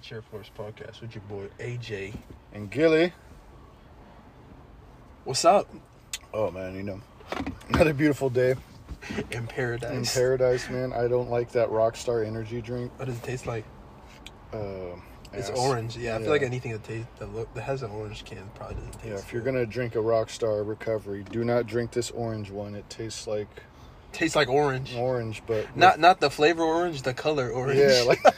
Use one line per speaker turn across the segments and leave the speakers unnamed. Chair Force Podcast with your boy AJ.
And Gilly.
What's up
Oh man, you know, another beautiful day
in
in
paradise?
paradise, man. I don't like that Rockstar energy drink.
what does it taste like?
Um
It's
ass.
orange. Yeah, I feel like
Yeah.
anything that tastes that, look, that has an orange can probably doesn't taste.
Yeah, if you're
good.
gonna drink a Rockstar Recovery, do not drink this orange one. It tastes like
tastes like orange,
orange, but
not not the flavor orange, the color orange.
yeah, like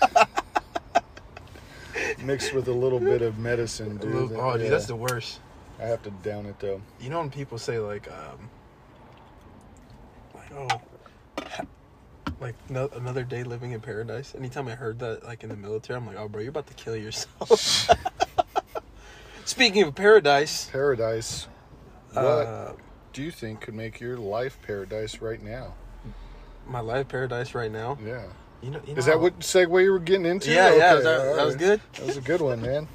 mixed with a little bit of medicine, dude.
Lube- oh, dude,
Yeah.
that's the worst.
I have to down it though.
You know when people say like, um, like oh, ha- like no, another day living in paradise. Anytime I heard that, like in the military, I'm like, oh, bro, you're about to kill yourself. Speaking of paradise,
Paradise. What
uh,
do you think could make your life paradise right now?
my life paradise right now.
Yeah.
You know, you
Is
know
that
how-
what segue you were getting into?
Yeah, yeah,
Okay,
that- that was
alright.
good.
That was a good one, man.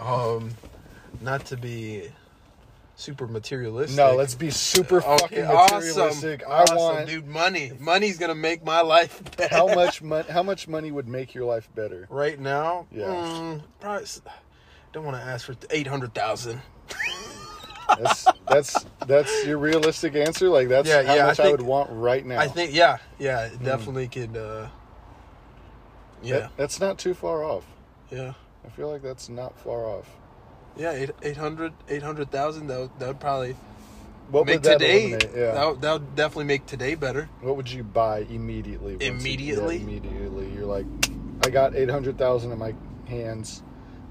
Um, not to be super materialistic.
No, let's be super fucking
Okay, awesome.
materialistic. I
awesome,
want
dude, money. Money's gonna make my life better.
how much money? How much money would make your life better?
right now.
Yeah.
mm, probably s- don't want to ask for eight hundred thousand.
That's that's that's your realistic answer. Like that's
Yeah,
how
yeah, I
much I,
think-
would want right now.
I think, yeah, yeah, it definitely could. uh
Hmm. That-
Yeah,
that's not too far off.
yeah,
I feel like that's not far off.
yeah. Eight eight hundred, eight hundred thousand. That would, that would probably
What
make
would that
today.
eliminate? Yeah.
That would- that would definitely make today better.
What would you buy immediately? once you- yeah,
Immediately?
immediately, you're like, I got eight hundred thousand in my hands.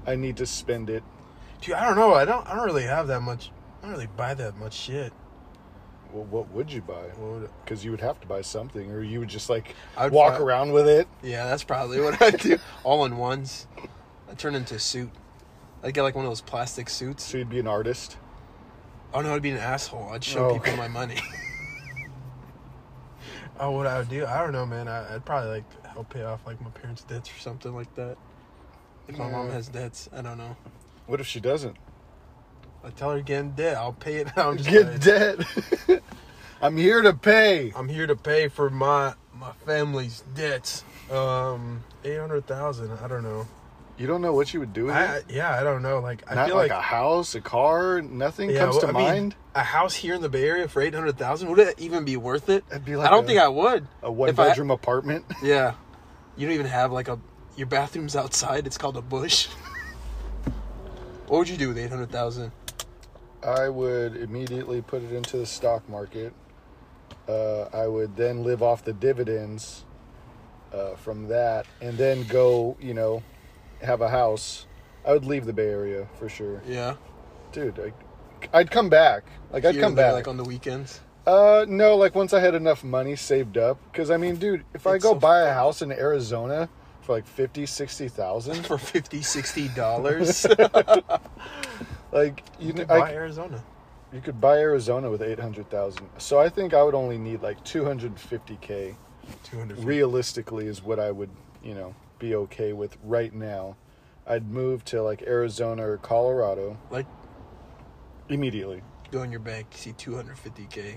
I need to spend it.
Dude, I don't know. I don't. I don't really have that much. I don't really buy that much shit.
Well, what would you buy?
What would-
Because you would have to buy something, or you would just like
I would
walk
fi-
around with it.
Yeah, that's probably what I do. All in ones. I turn into a suit. I get like one of those plastic suits.
So you'd be an artist.
Oh no, I'd be an asshole. I'd show
Oh.
people my money. oh, what I would do? I don't know, man. I, I'd probably like help pay off like my parents' debts or something like that. If my mom
Yeah.
has debts, I don't know.
What if she doesn't
I tell her to get in debt. I'll pay it. I'm just
get
like,
dead? I'm here to pay.
I'm here to pay for my my family's debts. Um, eight hundred thousand. I don't know.
You don't know what you would do with
I,
it.
I- yeah, I don't know. Like I
Not
feel
like,
like,
a house, a car, nothing
yeah,
comes
well,
to
I mean,
mind.
a house here in the Bay Area for eight hundred thousand would it even be worth it?
It'd be like
I don't
a-
think I would.
a one
If I-
bedroom apartment.
Yeah. You don't even have like a your bathroom's outside. It's called a bush. what would you do with 800,000?
I would immediately put it into the stock market. Uh, I would then live off the dividends uh, from that, and then go, you know, have a house. I would leave the Bay Area for sure,
Yeah.
dude. I, I'd come back. Like I'd
Here
come
and there,
back.
like on the weekends.
Uh, no, like once I had enough money saved up, because I mean, dude, if I
It's
go
so
buy a house in Arizona for like fifty, sixty thousand,
For 50, 60 dollars.
like you,
you
know,
could buy
I,
Arizona.
you could buy Arizona with eight hundred thousand. So I think I would only need like two hundred fifty k.
200.
Realistically, is what I would, you know, be okay with right now. I'd move to like Arizona or Colorado
Like
immediately.
go in your bank, see 250k.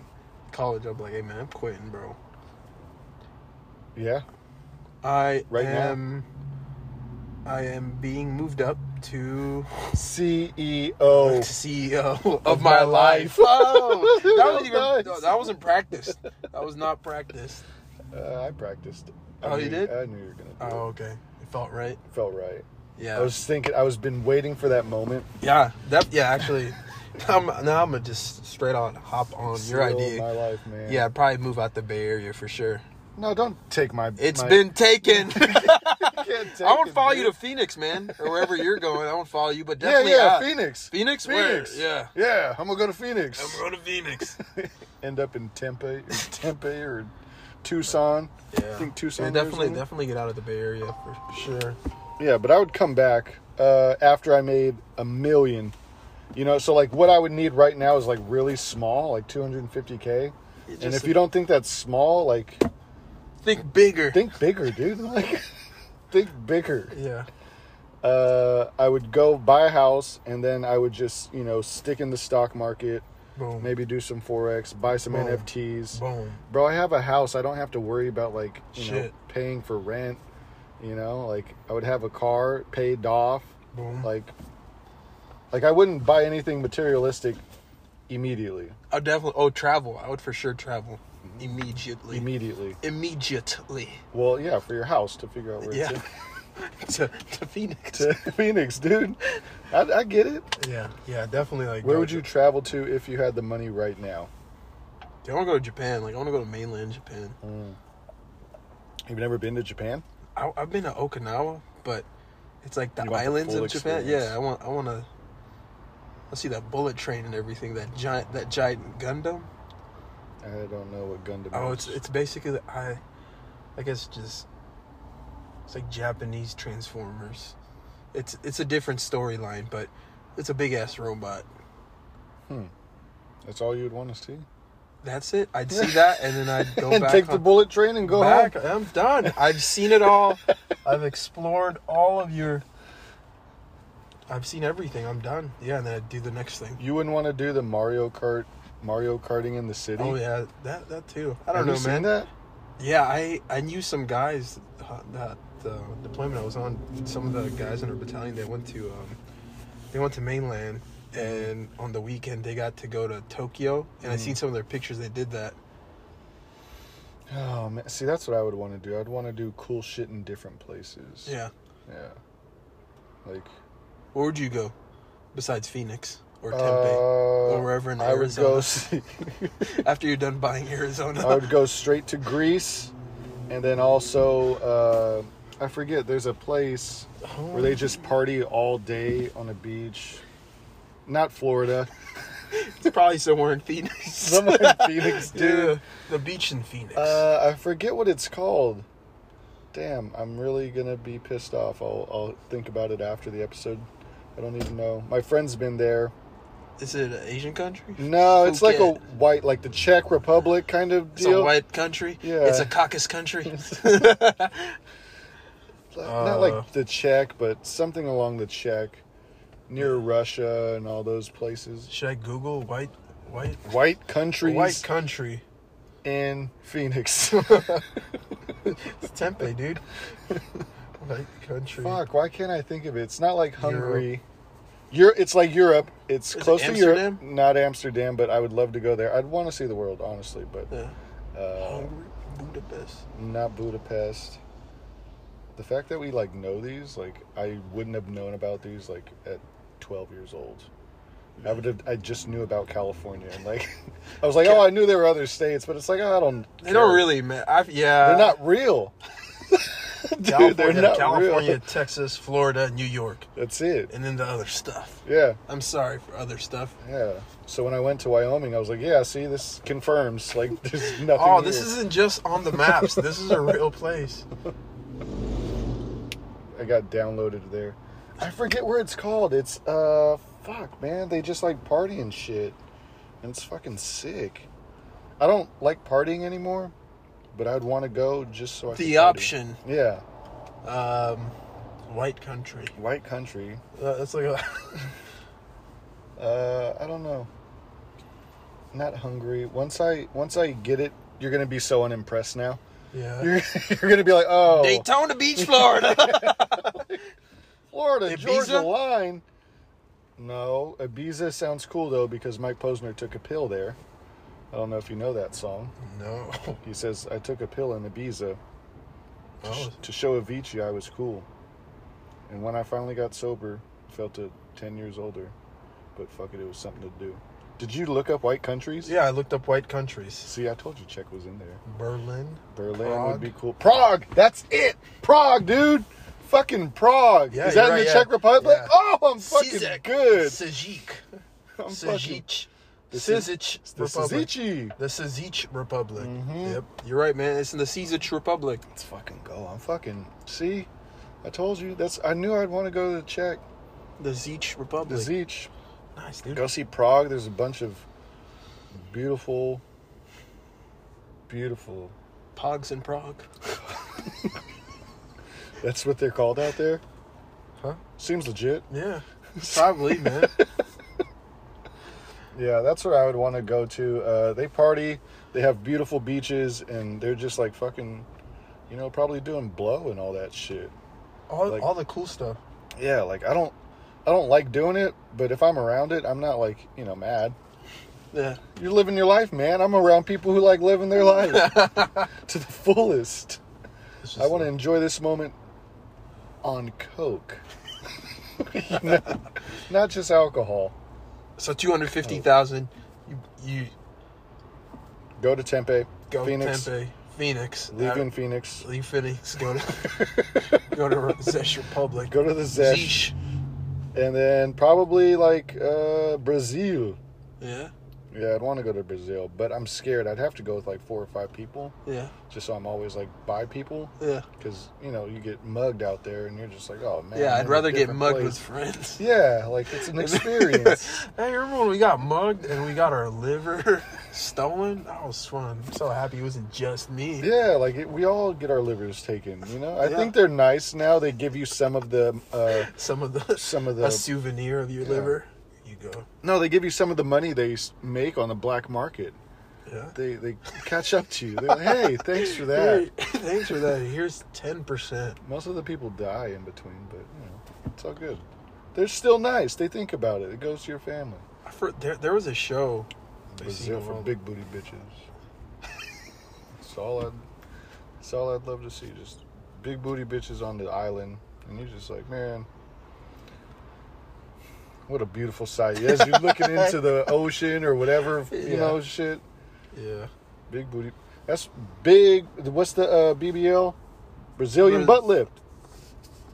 College, I'm like, hey man, I'm quitting, bro.
Yeah,
I
Right now?
am. I am being moved up to
E CEO.
CEO of, my, life. Oh, that wasn't even,
Nice.
no, that wasn't practiced. That was not practiced.
Uh, I practiced. I
Oh, you
knew-
did?
I knew you were gonna. Do
Oh,
it.
okay. It felt right.
Felt right.
Yeah.
I was thinking. I was been waiting for that moment.
yeah. That. Yeah. Actually, I'm, now I'm gonna just straight on hop on your
Still
idea.
My life, man.
yeah, I'd probably move out the Bay Area for sure.
No, don't take my.
It's
my-
been taken.
You can't take
I won't
it,
follow
dude.
you to Phoenix, man, or wherever you're going. I won't follow you, but
Yeah,
definitely
yeah,
out.
Phoenix.
Phoenix,
Phoenix.
Where? Yeah.
Yeah, I'm gonna go to Phoenix.
I'm going to Phoenix.
End up in Tempe, or Tempe, or Tucson.
Yeah.
I think Tucson.
Yeah,
or
definitely,
something.
definitely get out of the Bay Area for sure.
Yeah, but I would come back uh, after I made a million. You know, so like what I would need right now is like really small, like 250k. And if you don't think that's small, like
think bigger.
think bigger, dude. Like think bigger.
yeah.
uh, I would go buy a house and then I would just, you know, stick in the stock market,
Boom.
maybe do some forex, buy some
Boom.
NFTs.
Boom.
Bro, I have a house. I don't have to worry about like, you know,
Shit.
paying for rent You know, like I would have a car paid off.
Boom.
Like, like I wouldn't buy anything materialistic immediately.
I would definitely. Oh, travel. I would for sure travel immediately.
Immediately.
immediately.
Well, yeah, for your house to figure out where
Yeah.
it's at.
to, to Phoenix.
to Phoenix, dude. I, I get it.
yeah. Ja- Yeah. Definitely. Like.
Where would you travel to if you had the money right now?
I want to go to Japan. Like I want to go to mainland Japan.
Hmm. You've never been to Japan?
I, I've been to Okinawa, but it's like the
You want the
islands
full
of Japan.
experience.
Yeah, I want. I want to. I see that bullet train and everything. That giant. That giant Gundam.
I don't know what Gundam.
Oh,
is.
it's it's basically the, I. I guess just. It's like Japanese Transformers. It's it's a different storyline, but it's a big ass robot.
that's all you'd want to see.
That's it. I'd see that, and then I'd go
and
back.
take the
home-
bullet train and go
back.
home.
I'm done. I've seen it all. I've explored all of your. I've seen everything. I'm done. Yeah, and then I do the next thing.
You wouldn't want to do the Mario Kart, Mario Karting in the city.
Oh yeah, that that too. I
Have
don't
you
know,
seen
man.
that?
Yeah, I I knew some guys uh, that the deployment I was on. Some of the guys in our battalion they went to um, they went to mainland, and on the weekend they got to go to Tokyo. And
Hmm.
I seen some of their pictures. They did that.
Oh man, see that's what I would want to do. I'd want to do cool shit in different places.
Yeah.
yeah. Like
Where would you go, besides Phoenix or Tempe
uh,
or wherever in
I would go.
Arizona?
See,
After you're done buying Arizona.
I would go straight to Greece, and then also uh, I forget. There's a place where they just party all day on a beach. Not Florida,
It's probably somewhere in Phoenix.
somewhere in Phoenix, dude.
Dude, the beach in Phoenix.
Uh, I forget what it's called. Damn, I'm really gonna be pissed off. I'll I'll think about it after the episode. I don't even know. My friend's been there.
Is it an Asian country?
No, it's like a
Phuket.
white, like the Czech Republic kind of
It's
deal.
a white country.
Yeah.
It's a Caucasus country.
Like- not
Uh.
like the Czech, but something along the Czech, near Russia and all those places.
Should I Google white white
White countries
white country?
in Phoenix.
It's Tempe, dude. white country.
Fuck, why can't I think of it? It's not like Hungary. You're, it's like Europe. It's
Is it
close to Europe.
Amsterdam?
Not Amsterdam, but I would love to go there. I'd want to see the world, honestly, but
Yeah.
uh,
Hungary, Budapest.
not Budapest. The fact that we like know these, like I wouldn't have known about these like at 12 years old. I would have. I just knew about California, and like I was like, oh, I knew there were other states, but it's like oh, I don't.
They don't
care.
really, man. I've, yeah.
They're not real. Dude,
California,
they're not
California,
real.
Texas, Florida, New York,
That's it.
and then the other stuff.
Yeah.
I'm sorry for other stuff.
Yeah. So when I went to Wyoming, I was like, yeah, see, this confirms. Like, there's nothing.
Oh, this
here.
isn't just on the maps. this is a real place.
I got downloaded there. I forget where it's called. It's, uh, fuck, man. They just like party and shit. And it's fucking sick. I don't like partying anymore, but I'd want to go just so I could
The
party.
option,
Yeah.
um, white country.
White country.
Uh, that's like a
Uh, I don't know. Not hungry. Once I once I get it, you're gonna be so unimpressed now.
yeah.
You're, you're gonna be like, oh,
Daytona Beach, Florida.
Florida,
Ibiza?
Georgia line. No, Ibiza sounds cool though because Mike Posner took a pill there. I don't know if you know that song.
no.
He says, "I took a pill in Ibiza to, sh-
Oh,
to show Avicii I was cool." And when I finally got sober, felt a ten years older. But fuck it, it was something to do. Did you look up white countries?
yeah, I looked up white countries.
See, I told you Czech was in there.
Berlin.
Berlin
Prague.
would be cool. Prague, that's it. Prague, dude. Fucking Prague.
Yeah,
Is that
you're
in the
right,
Czech
yeah.
Republic?
Yeah.
Oh, I'm fucking
Sisak.
good.
Sajik.
I'm fucking
Sajik.
The Siz-
Sizic
the
Republic. Mm-hmm.
Sizichi.
The Sizic Republic.
Mhm.
Yep, you're right, man. It's in the Sizic Republic.
Let's fucking go. I'm fucking see. I told you. That's I knew I'd want to go to the Czech.
The Zich
The
Republic.
Zeech.
nice, dude.
Go see Prague. There's a bunch of beautiful beautiful
Pogs in Prague.
that's what they're called out there.
Huh?
Seems legit.
Yeah, probably, man.
Yeah, that's where I would want to go to. Uh, they party, they have beautiful beaches, and they're just like fucking You know, probably doing blow and all that shit.
All,
Like-
all the cool stuff.
Yeah, like I don't I don't like doing it, but if I'm around it, I'm not like, you know, mad.
Yeah.
You're living your life, man. I'm around people who like living their life to the fullest.
It's just
I want to
like-
enjoy this moment on coke. You know? Not just alcohol.
So two hundred fifty thousand. You you
Go to Tempe,
go
Phoenix,
Tempe, Phoenix,
leave
uh,
in Phoenix.
leave Phoenix. Go to go to Zesh Republic.
Go to the
Zeesh.
Zesh, and then probably like uh, Brazil.
Yeah.
Yeah, I'd want to go to Brazil, but I'm scared. I'd have to go with like four or five people,
Yeah.
just so I'm always like by people,
Yeah.
because you know you get mugged out there, and you're just like, oh man.
yeah.
I'm
I'd
in a
rather get
different
mugged
place.
with friends.
Yeah, like it's an experience.
hey, remember when we got mugged and we got our liver stolen? That was fun. I'm so happy it wasn't just me.
Yeah, like it, we all get our livers taken, you know. I
Yeah.
think they're nice now. They give you some of the uh,
Some of the
some of
a
the
souvenir of your
Yeah.
liver. You go.
no, they give you some of the money they s- make on the black market.
Yeah.
They they catch up to you. They're like, hey, thanks for that.
Hey, thanks for that. Here's ten percent.
Most of the people die in between, but you know, it's all good. They're still nice. They think about it. It goes to your family.
There, there was a show. They see
Brazil
the
for
world.
big booty bitches. That's all I'd. That's all I'd love to see. Just big booty bitches on the island, and you're just like, man, what a beautiful sight. Yes, you're looking into the ocean or whatever, you
Yeah.
know, shit.
Yeah.
Big booty. That's big. What's the uh, BBL? Brazilian
Bra-
butt lift.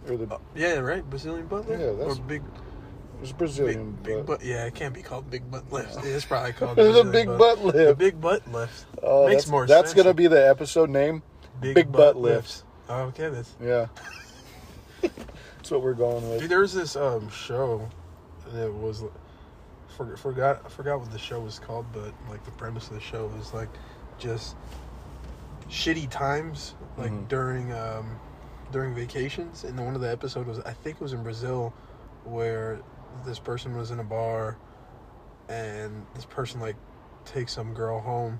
Or the
Yeah, right. Brazilian butt lift.
Yeah, that's
or big,
it's
big,
Brazilian
big
butt.
butt. Yeah, it can't be called big butt lift. It's probably called
The
Brazilian
big butt
The
lift.
big butt lift.
Oh,
Makes
that's,
more
That's
sense.
gonna be the episode name. big butt lifts.
Oh, okay, that's
Yeah. That's what we're going
Dude,
with.
there was this um show that was for, forgot I forgot what the show was called, but like the premise of the show was like just shitty times like
Mhm.
during um during vacations and then one of the episode was I think it was in Brazil where this person was in a bar and this person like takes some girl home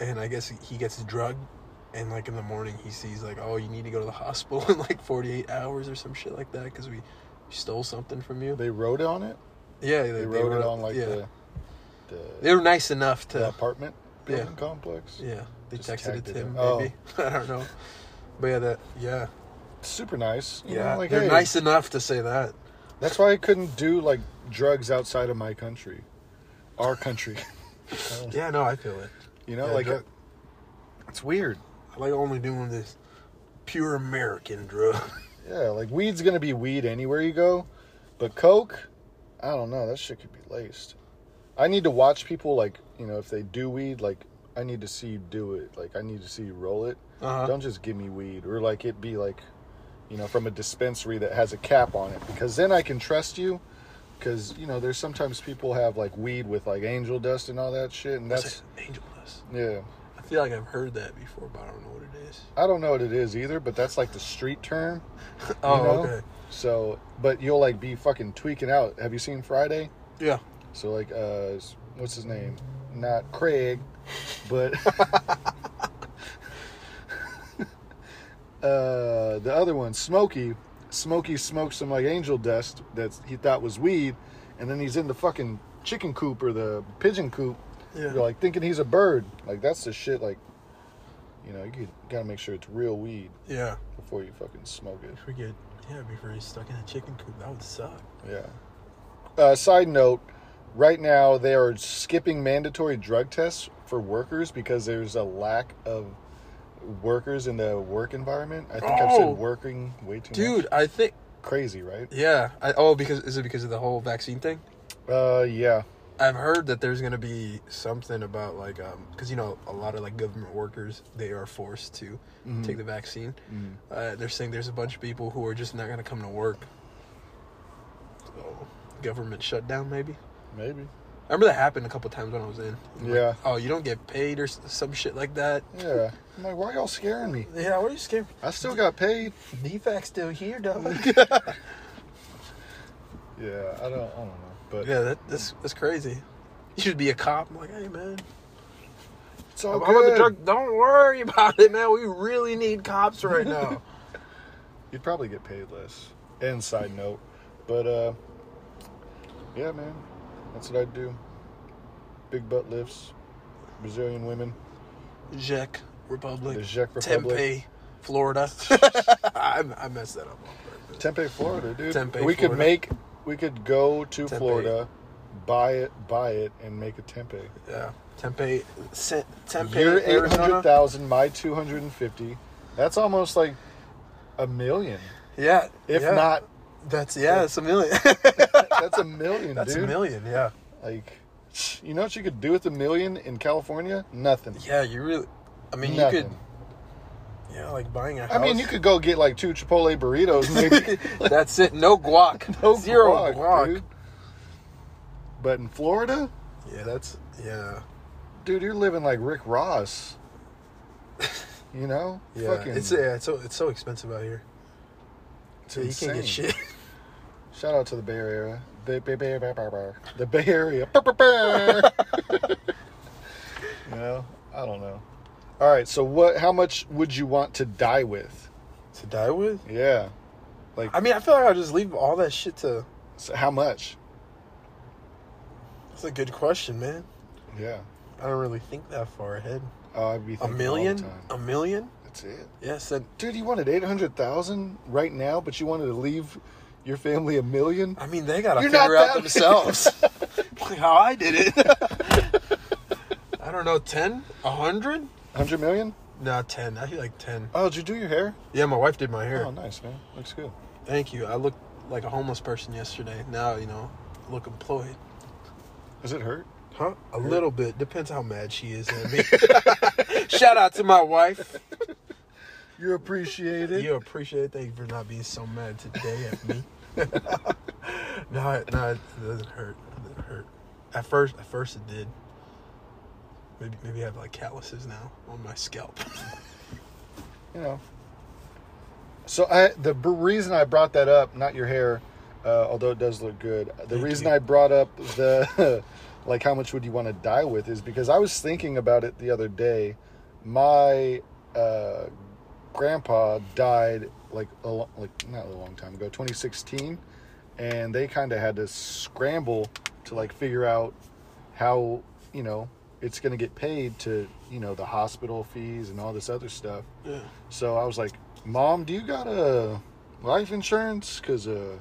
and I guess he gets drugged and like in the morning he sees like oh you need to go to the hospital in like 48 hours or some shit like that because we stole something from you
They wrote on it.
yeah
They, wrote it on like
yeah.
the, the,
they were nice enough to
the apartment
Yeah.
building complex.
yeah they
Just
texted it
tagged
to
it
him
in. Oh.
maybe i don't know but yeah that yeah
Super nice. you
yeah
know, like,
they're
hey,
nice enough to say that
That's why I couldn't do like drugs outside of my country, our country. I don't-
yeah no i feel it
you know,
Yeah,
like uh,
drug-
it's weird.
i like only doing this pure american drug
Yeah, like weed's gonna be weed anywhere you go, but coke, I don't know. That shit could be laced. I need to watch people like you know if they do weed. Like I need to see you do it. Like I need to see you roll it.
uh-huh
Don't just give me weed or like it be like, you know, from a dispensary that has a cap on it because then I can trust you. Because you know, there's sometimes people have like weed with like angel dust and all that shit, and
What's
that's
it? angel dust
yeah.
i feel like i've heard that before but i don't know what it is
I don't know what it is either, but that's like the street term.
oh
know?
okay
So, but you'll like be fucking tweaking out. Have you seen Friday?
yeah
So like, uh, s- what's his name? Not Craig, but uh, the other one, Smokey. Smokey smokes some like angel dust that he thought was weed, and then he's in the fucking chicken coop or the pigeon coop.
yeah
You're like thinking he's a bird. Like that's the shit. Like, you know, you could- gotta make sure it's real weed
yeah
before you fucking smoke it.
If we get yeah, before he's stuck in a chicken coop, that would suck.
Yeah. Uh, side note: Right now, they are skipping mandatory drug tests for workers because there's a lack of workers in the work environment. I think I've
Oh.
said working way too much.
Dude, I think
Crazy, right?
yeah. I, oh, because is it because of the whole vaccine thing?
Uh, yeah.
I've heard that there's gonna be something about like um because you know a lot of like government workers they are forced to take the vaccine. Uh, they're saying there's a bunch of people who are just not gonna come to work. So government shutdown maybe.
Maybe.
I remember that happened a couple times when I was in. Like,
Yeah.
oh, you don't get paid or s- some shit like that.
Yeah. I'm like, why y'all scaring me?
Yeah, what are you scared?
I still got paid.
DFAC's still here, dog.
Yeah, I don't. I don't know. But
Yeah, that, that's that's crazy. You should be a cop. I'm like, hey man,
It's all
I'm with
Oh, good.
the drug. Don't worry about it, man. We really need cops right now.
You'd probably get paid less. And side note, but uh, yeah, man, that's what I'd do. Big butt lifts, Brazilian women,
Czech Republic,
the Czech Republic,
Tempe, Florida. I, I messed that up. on purpose.
Tempe, Florida, dude.
Tempe,
we could
Florida.
make, we could go to
Tempe.
Florida, buy it, buy it, and make a Tempe.
Yeah, Tempe, Se- Tempe,
Year eight hundred
Arizona.
thousand, my two hundred and fifty. That's almost like a million,
Yeah,
if
yeah.
not.
that's yeah, it's a million.
That's a million,
that's
dude.
a million. Yeah,
Like, you know what you could do with a million in California? Nothing.
yeah. You really. I mean, you
Nothing.
could. Yeah, like buying a house.
I mean, you could go get like two Chipotle burritos, maybe
That's it. No guac.
No
Zero
guac,
guac.
dude. But in Florida,
Yeah, that's yeah.
dude, you're living like Rick Ross. You know,
Yeah, it's yeah, it's so it's so expensive out here.
it's
So you can't get
insane.
shit.
Shout out to the Bay Area, the Bay, Bay, Bay, Bay, Bay. the Bay Area. Bah, bah, bah. you know, I don't know. All right, so what? How much would you want to die with?
to die with.
Yeah,
I mean, I feel like I'll just leave all that shit to.
so how much?
That's a good question, man.
Yeah,
I don't really think that far ahead.
oh, I'd be
A
thinking all the
million?
time.
A million?
That's it.
Yes, and
Dude, you wanted eight hundred thousand right now, but you wanted to leave your family a million.
I mean they gotta
You're
figure
not
out
that-
themselves like how I did it. I don't know, ten, a hundred?
Hundred million?
Nah, ten. I feel like ten.
Oh, did you do your hair?
Yeah, my wife did my hair.
Oh, nice man. Looks good.
Thank you. I looked like a homeless person yesterday. Now you know, I look employed.
Does it hurt?
Huh? A little bit. Depends how mad she is at me. Shout out to my wife.
You appreciate
You appreciate. Thank you for not being so mad today at me. no, it- no, it doesn't hurt. It doesn't hurt. At first, at first it did. Maybe, maybe I have like calluses now on my scalp.
You know. So I the b- reason I brought that up, not your hair, uh, although it does look good. The
Thank
reason
you.
I brought up the like how much would you want to die with is because I was thinking about it the other day. My uh, grandpa died like a lo- like not a long time ago, 2016, and they kind of had to scramble to like figure out how you know it's going to get paid to you know the hospital fees and all this other stuff.
yeah.
So I was like, "Mom, do you got a life insurance? Because uh,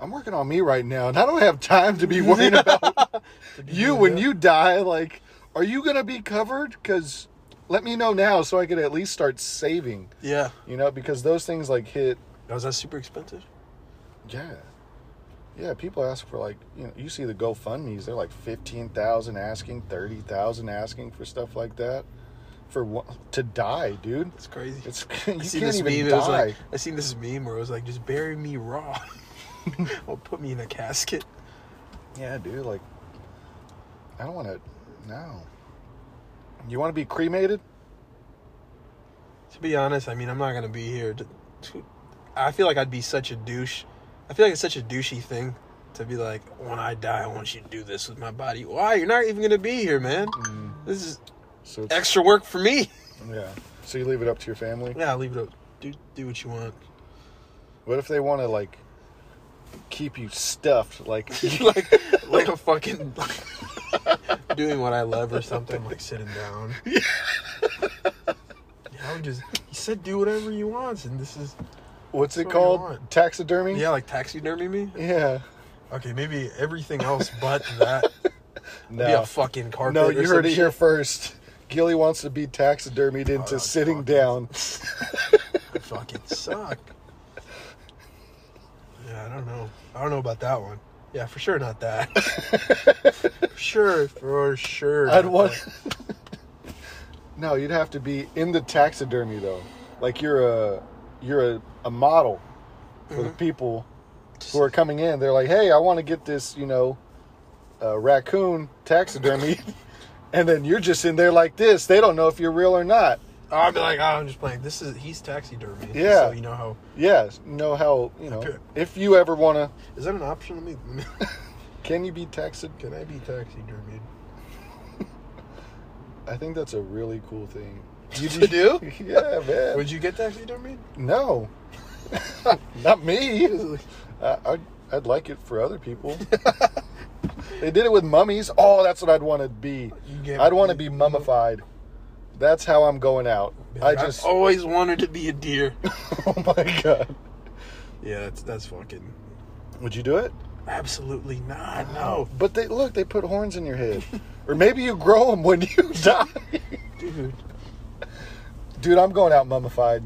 I'm working on me right now, and I don't have time to be worrying about you when you die. Like, are you gonna be covered? Because let me know now so I could at least start saving.
Yeah.
You know, because those things like hit.
Now, Was that super expensive?
Yeah, yeah. People ask for like you know you see the GoFundmes. They're like fifteen thousand asking, thirty thousand asking for stuff like that for one- to die, dude.
That's crazy.
It's you
I seen
can't
this
even
meme.
die.
It was like I seen this meme where it was like, just bury me raw. or put me in a casket.
Yeah, dude. Like, I don't want to. No. You want to be cremated?
To be honest, I mean, I'm not gonna be here. To, to, I feel like I'd be such a douche. I feel like it's such a douchey thing to be like, when I die, I want you to do this with my body. Why? You're not even gonna be here, man. This is
So it's,
extra work for me.
yeah. So you leave it up to your family.
Yeah, leave it up. Do do what you want.
What if they want to like keep you stuffed? Like,
like like a fucking doing what I love or something. Like sitting down. Yeah, I would just. He said, do whatever you want, and this is
what's
That's
it
what you
called?
want.
Taxidermy.
yeah, like taxidermy me.
Yeah.
Okay, maybe everything else but that.
No.
Be a fucking carpet.
no,
or
you
some
heard it
shit.
here first. Gilly wants to be taxidermied into
Oh, that's
sitting
fucked.
down.
fucking suck. Yeah, I don't know. I don't know about that one. Yeah, for sure not that. For sure, for sure.
I'd
not
want.
that.
no, you'd have to be in the taxidermy though. Like you're a you're a, a model for
Mm-hmm.
the people who are coming in. They're like, "Hey, I want to get this, you know, uh, raccoon taxidermy," and then you're just in there like this. They don't know if you're real or not.
I'd be like, oh, I'm just playing. This is he's taxidermy.
Yeah.
So you know how
Yeah, know how you know
Okay.
if you ever want to.
is that an option? Let me. let me-
Can you be taxi?
Can I be taxidermied?
I think that's a really cool thing.
You do?
yeah, man.
Would you get that if you don't mean?
No, not me. I, I'd, I'd like it for other people. they did it with mummies. Oh, that's what I'd want to be.
get-
I'd want to be mummified. That's how I'm going out. I just.
I've
Oh,
always wanted to be a deer.
my god.
yeah, that's that's fucking
Would you do it?
absolutely not. No,
But they look. They put horns in your head, or maybe you grow them when you die.
dude.
Dude, I'm going out mummified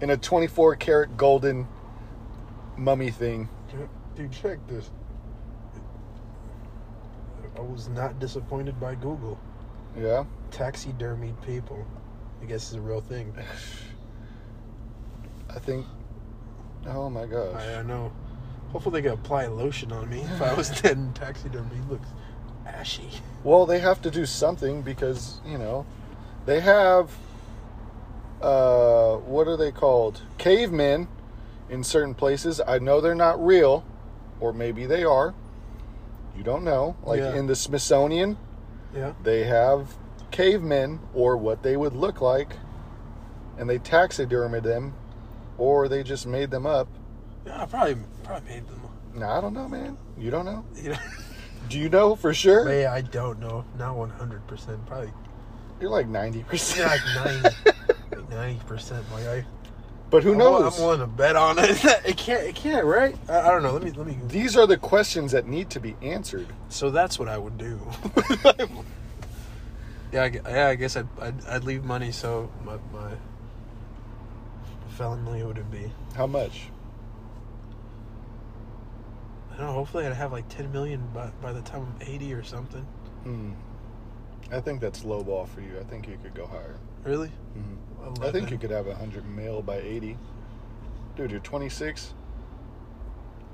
in a 24 karat golden mummy thing.
Dude, check this. I was not disappointed by Google.
Yeah.
Taxidermied people. I guess is a real thing.
I think. Oh my gosh.
I, uh, I know. Hopefully they can apply lotion on me. If I was dead in taxidermy, it looks ashy.
Well, they have to do something because you know they have. Uh, what are they called? Cavemen in certain places. I know they're not real, or maybe they are. You don't know. Like
Yeah.
in the Smithsonian,
Yeah.
they have cavemen or what they would look like, and they taxidermied them, or they just made them up.
Yeah, I probably probably made them.
Now I don't know, man. You don't know.
You know,
Do you know for sure?
May I don't know. Not one hundred percent. Probably
You're like ninety percent.
yeah, like ninety, like ninety percent. Like I,
But who
I'm
knows?
wi- I'm willing to bet on it. it can't. It can't. Right? I, I don't know. Let me. Let me.
These are the questions that need to be answered.
So that's what I would do. yeah, I, gu- yeah. I guess I'd, I'd I'd leave money. So my my family would it be?
How much?
I don't know. Hopefully, I'd have like ten million by by the time I'm eighty or something.
Hmm. I think that's low ball for you. I think you could go higher.
Really?
Mhm. I
11.
think you could have a 100 mil by 80. Dude, you're 26,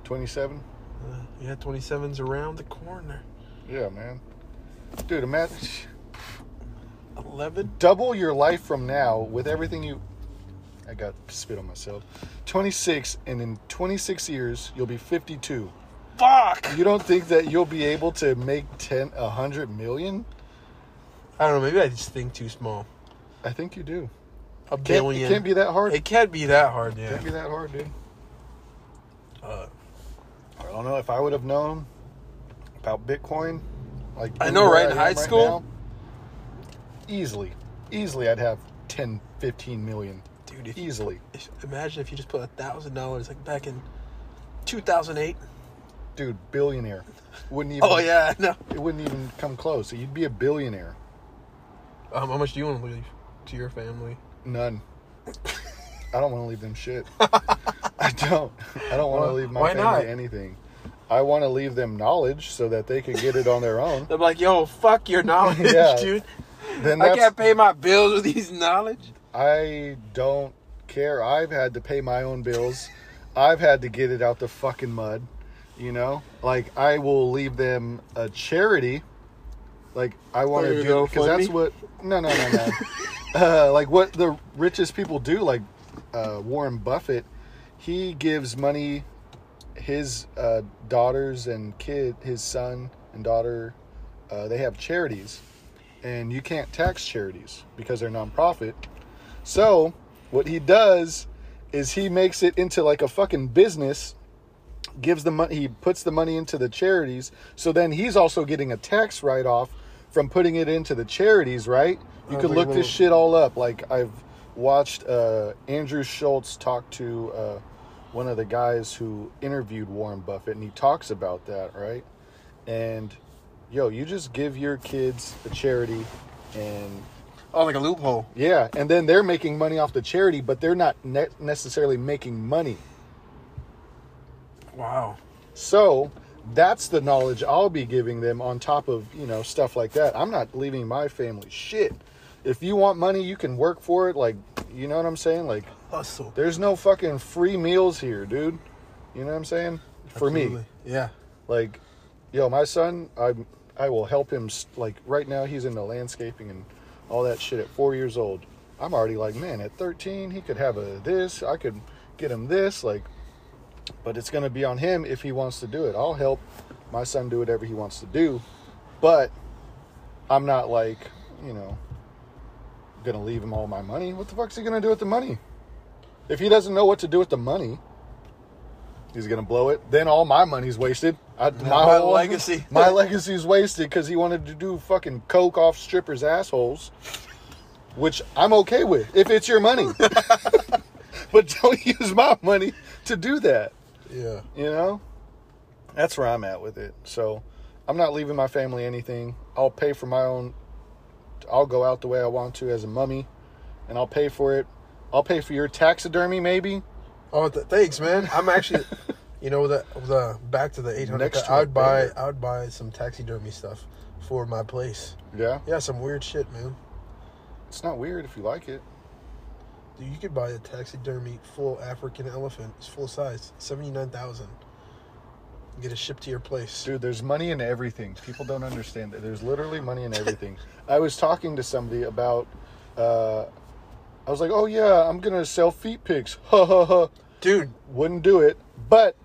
27.
Uh, yeah, twenty seven's around the corner.
Yeah, man. Dude, imagine
Eleven.
double your life from now with everything you. I got spit on myself. 26, and in 26 years, you'll be 52.
Fuck.
You don't think that you'll be able to make 10, 100 million?
I don't know. Maybe I just think too small.
I think you do.
A
Can't-
billion.
it can't be that hard.
It can't be that hard, yeah.
Can't be that hard, dude.
Uh,
I don't know if I would have known about Bitcoin. Like
I know, right?
where
In
am
high school?
easily, easily, I'd have 10, 15 million.
dude, if you,
Easily,
if- imagine if you just put a thousand dollars like back in 2008.
dude, billionaire. Wouldn't even.
Oh yeah, I know.
It wouldn't even come close. You'd be a billionaire.
Um, how much do you want to leave to your family?
None. I don't want to leave them shit. I don't. I don't want
Why-
to leave my
why
family
not?
anything. I want to leave them knowledge so that they could get it on their own.
They're like, yo, fuck your knowledge,
Yeah.
dude.
Then
I
that's
can't pay my bills with these knowledge.
I don't care. I've had to pay my own bills. I've had to get it out the fucking mud. You know, like I will leave them a charity. Like I want
Or
to
your
do because that's
GoFundMe?
what. No, no, no, no. uh, like what the richest people do, like uh, Warren Buffett, he gives money his uh, daughters and kid, his son and daughter, uh, they have charities, and you can't tax charities because they're nonprofit. So what he does is he makes it into like a fucking business. Gives the money, he puts the money into the charities. So then he's also getting a tax write off from putting it into the charities, right? You
Uh,
could
like
look
a
this
little-
shit all up. Like I've watched uh, Andrew Schultz talk to uh, one of the guys who interviewed Warren Buffett, and he talks about that, right? And yo, you just give your kids a charity, and
Oh, like a loophole.
yeah, and then they're making money off the charity, but they're not ne- necessarily making money.
Wow.
So that's the knowledge I'll be giving them on top of, you know, stuff like that. I'm not leaving my family shit. If you want money, you can work for it. Like, you know what I'm saying? Like,
Hustle.
there's no fucking free meals here, dude. You know what I'm saying? For me.
Absolutely. Yeah.
like yo my son i i will help him s- like right now he's into landscaping and all that shit at four years old i'm already like man at 13 he could have a this i could get him this like but it's gonna be on him if he wants to do it i'll help my son do whatever he wants to do but i'm not like you know, gonna leave him all my money. What the fuck's he gonna do with the money? If he doesn't know what to do with the money, he's gonna blow it. Then all my money's wasted. I, my,
my
whole
legacy.
My legacy's wasted because he wanted to do fucking coke off strippers' assholes, which I'm okay with if it's your money. but don't use my money to do that.
Yeah.
You know, that's where I'm at with it. So I'm not leaving my family anything. I'll pay for my own. I'll go out the way I want to as a mummy, and I'll pay for it. I'll pay for your taxidermy, maybe.
Oh, th- thanks, man. I'm actually, you know, the the back to the 800.
Next to
I would
it,
buy
baby.
I would buy some taxidermy stuff for my place.
Yeah,
Yeah, some weird shit, man.
it's not weird if you like it.
Dude, you could buy a taxidermy full African elephant. It's full size, seventy nine thousand. Get it shipped to your place.
Dude, there's money in everything. People don't understand that. There's literally money in everything. I was talking to somebody about. Uh, I was like, "Oh yeah, I'm gonna sell feet pics." Ha ha ha.
Dude,
wouldn't do it. But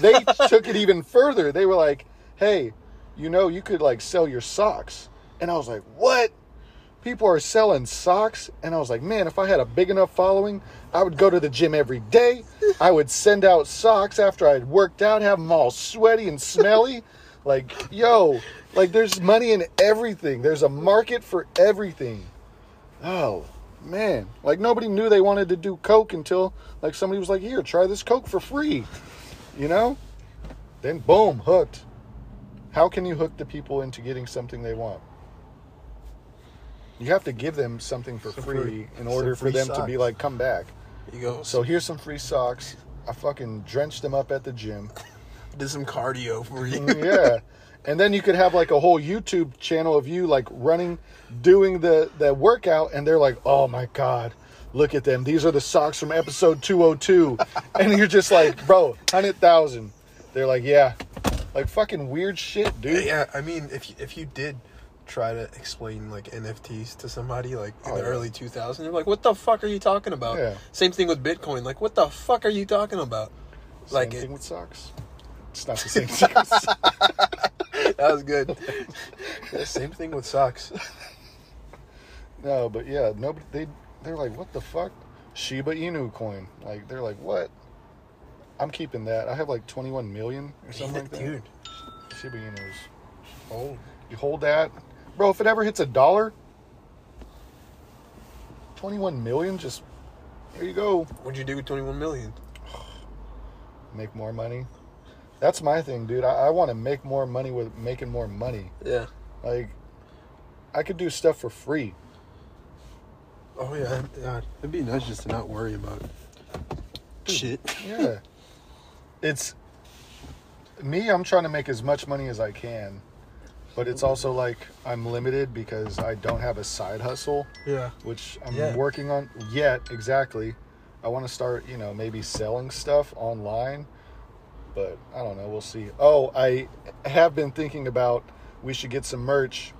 they took it even further. They were like, "Hey, you know, you could like sell your socks." And I was like, "What? People are selling socks?" And I was like, "Man, if I had a big enough following, I would go to the gym every day. I would send out socks after I'd worked out, have them all sweaty and smelly." Like, yo, like there's money in everything. There's a market for everything. Oh man, like nobody knew they wanted to do coke until like somebody was like, "Here, try this coke for free," you know. Then boom, hooked. How can you hook the people into getting something they want? You have to give them something for
Some
free
free-
in order
some
for
free
them to
socks.
be like, "Come back."
you go.
So here's some free socks. I fucking drenched them up at the gym.
did some cardio for you.
yeah. And then you could have like a whole YouTube channel of you like running, doing the the workout, and they're like, "Oh my god, look at them! These are the socks from episode 202," and you're just like, "Bro, hundred thousand. They're like, "Yeah, like fucking weird shit, dude."
yeah, I mean, if you, if you did try to explain like NFTs to somebody like in
Oh,
the
yeah.
early 2000s, they're like, "What the fuck are you talking about?"
Yeah.
Same thing with Bitcoin. Like, "What the fuck are you talking about?"
Same
Like
thing
it,
with socks. It's not the same thing. with socks.
that was good. Yeah, same thing with socks.
No, but yeah, nobody. They they're like, "What the fuck?" Shiba Inu coin. Like they're like, "What?" I'm keeping that. I have like 21 million or something like that.
Dude,
Shiba Inus.
oh,
You hold that, bro. If it ever hits a dollar, twenty-one million. Just there you go.
what'd you do with 21 million?
Make more money. That's my thing, dude. I, I want to make more money with making more money.
Yeah.
Like, I could do stuff for free.
Oh yeah, yeah. It'd be nice just to not worry about shit.
Yeah. it's me. I'm trying to make as much money as I can, but it's also like I'm limited because I don't have a side hustle.
Yeah.
which I'm
Yet.
working on yet exactly. I want to start, you know, maybe selling stuff online, but I don't know. We'll see. Oh, I have been thinking about we should get some merch.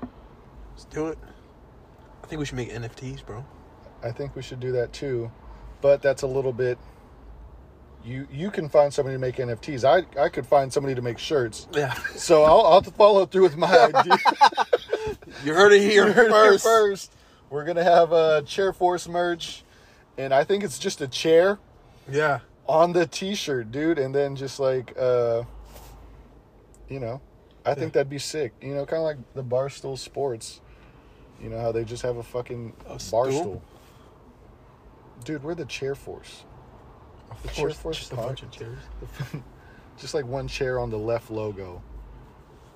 Let's do it. I think we should make NFTs, bro.
I think we should do that too, but that's a little bit. You you can find somebody to make NFTs. I I could find somebody to make shirts.
Yeah.
So I'll, I'll have to follow through with my idea.
You heard it here
You heard it
first.
first. We're gonna have a chair force merch, and I think it's just a chair
Yeah.
on the t-shirt dude and then just like uh you know i think that'd be sick you know kind of like the barstool sports you know how they just have a fucking
A
barstool
stool?
dude we're the chair force
Of
The chair
course,
force
just a bunch of chairs.
just like one chair on the left logo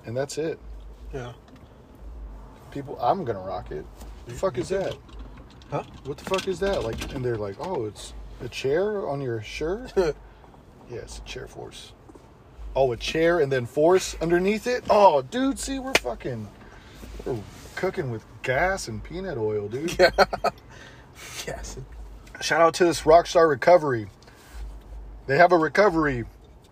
and that's it
Yeah.
people i'm gonna rock it the
You-
fuck
you
is
did
that
Huh?
what the fuck is that like and they're like oh it's a chair on your shirt Yeah, it's a chair force. Oh, a chair and then force underneath it? Oh, dude, see, we're fucking we're cooking with gas and peanut oil, dude.
Yeah. yes.
Shout out to this Rockstar Recovery. They have a recovery.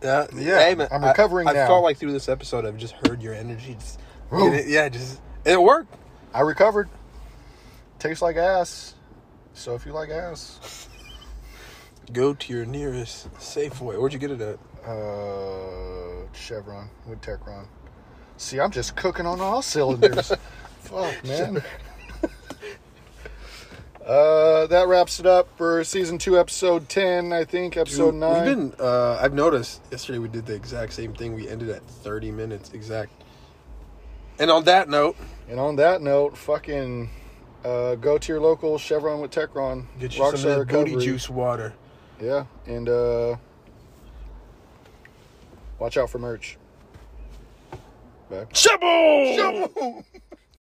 Yeah.
Yeah, I'm recovering
I, I
now.
felt like through this episode, I've just heard your energy. Just,
Woo.
and it- yeah, just it worked.
I recovered. Tastes like ass. So if you like ass,
Go to your nearest Safeway. Where'd you get it at?
uh, Chevron with Techron. See, I'm just cooking on all cylinders. Fuck, man. Uh, that wraps it up for season two, episode ten. I think episode
Dude,
nine.
We've been. Uh, I've noticed yesterday we did the exact same thing. We ended at 30 minutes exact. And on that note,
And on that note, fucking uh, go to your local Chevron with Techron.
get you some
Rockstar
of that booty
Recovery.
juice water.
Yeah, and uh, watch out for merch. Back.
Shaboom!
Shaboom!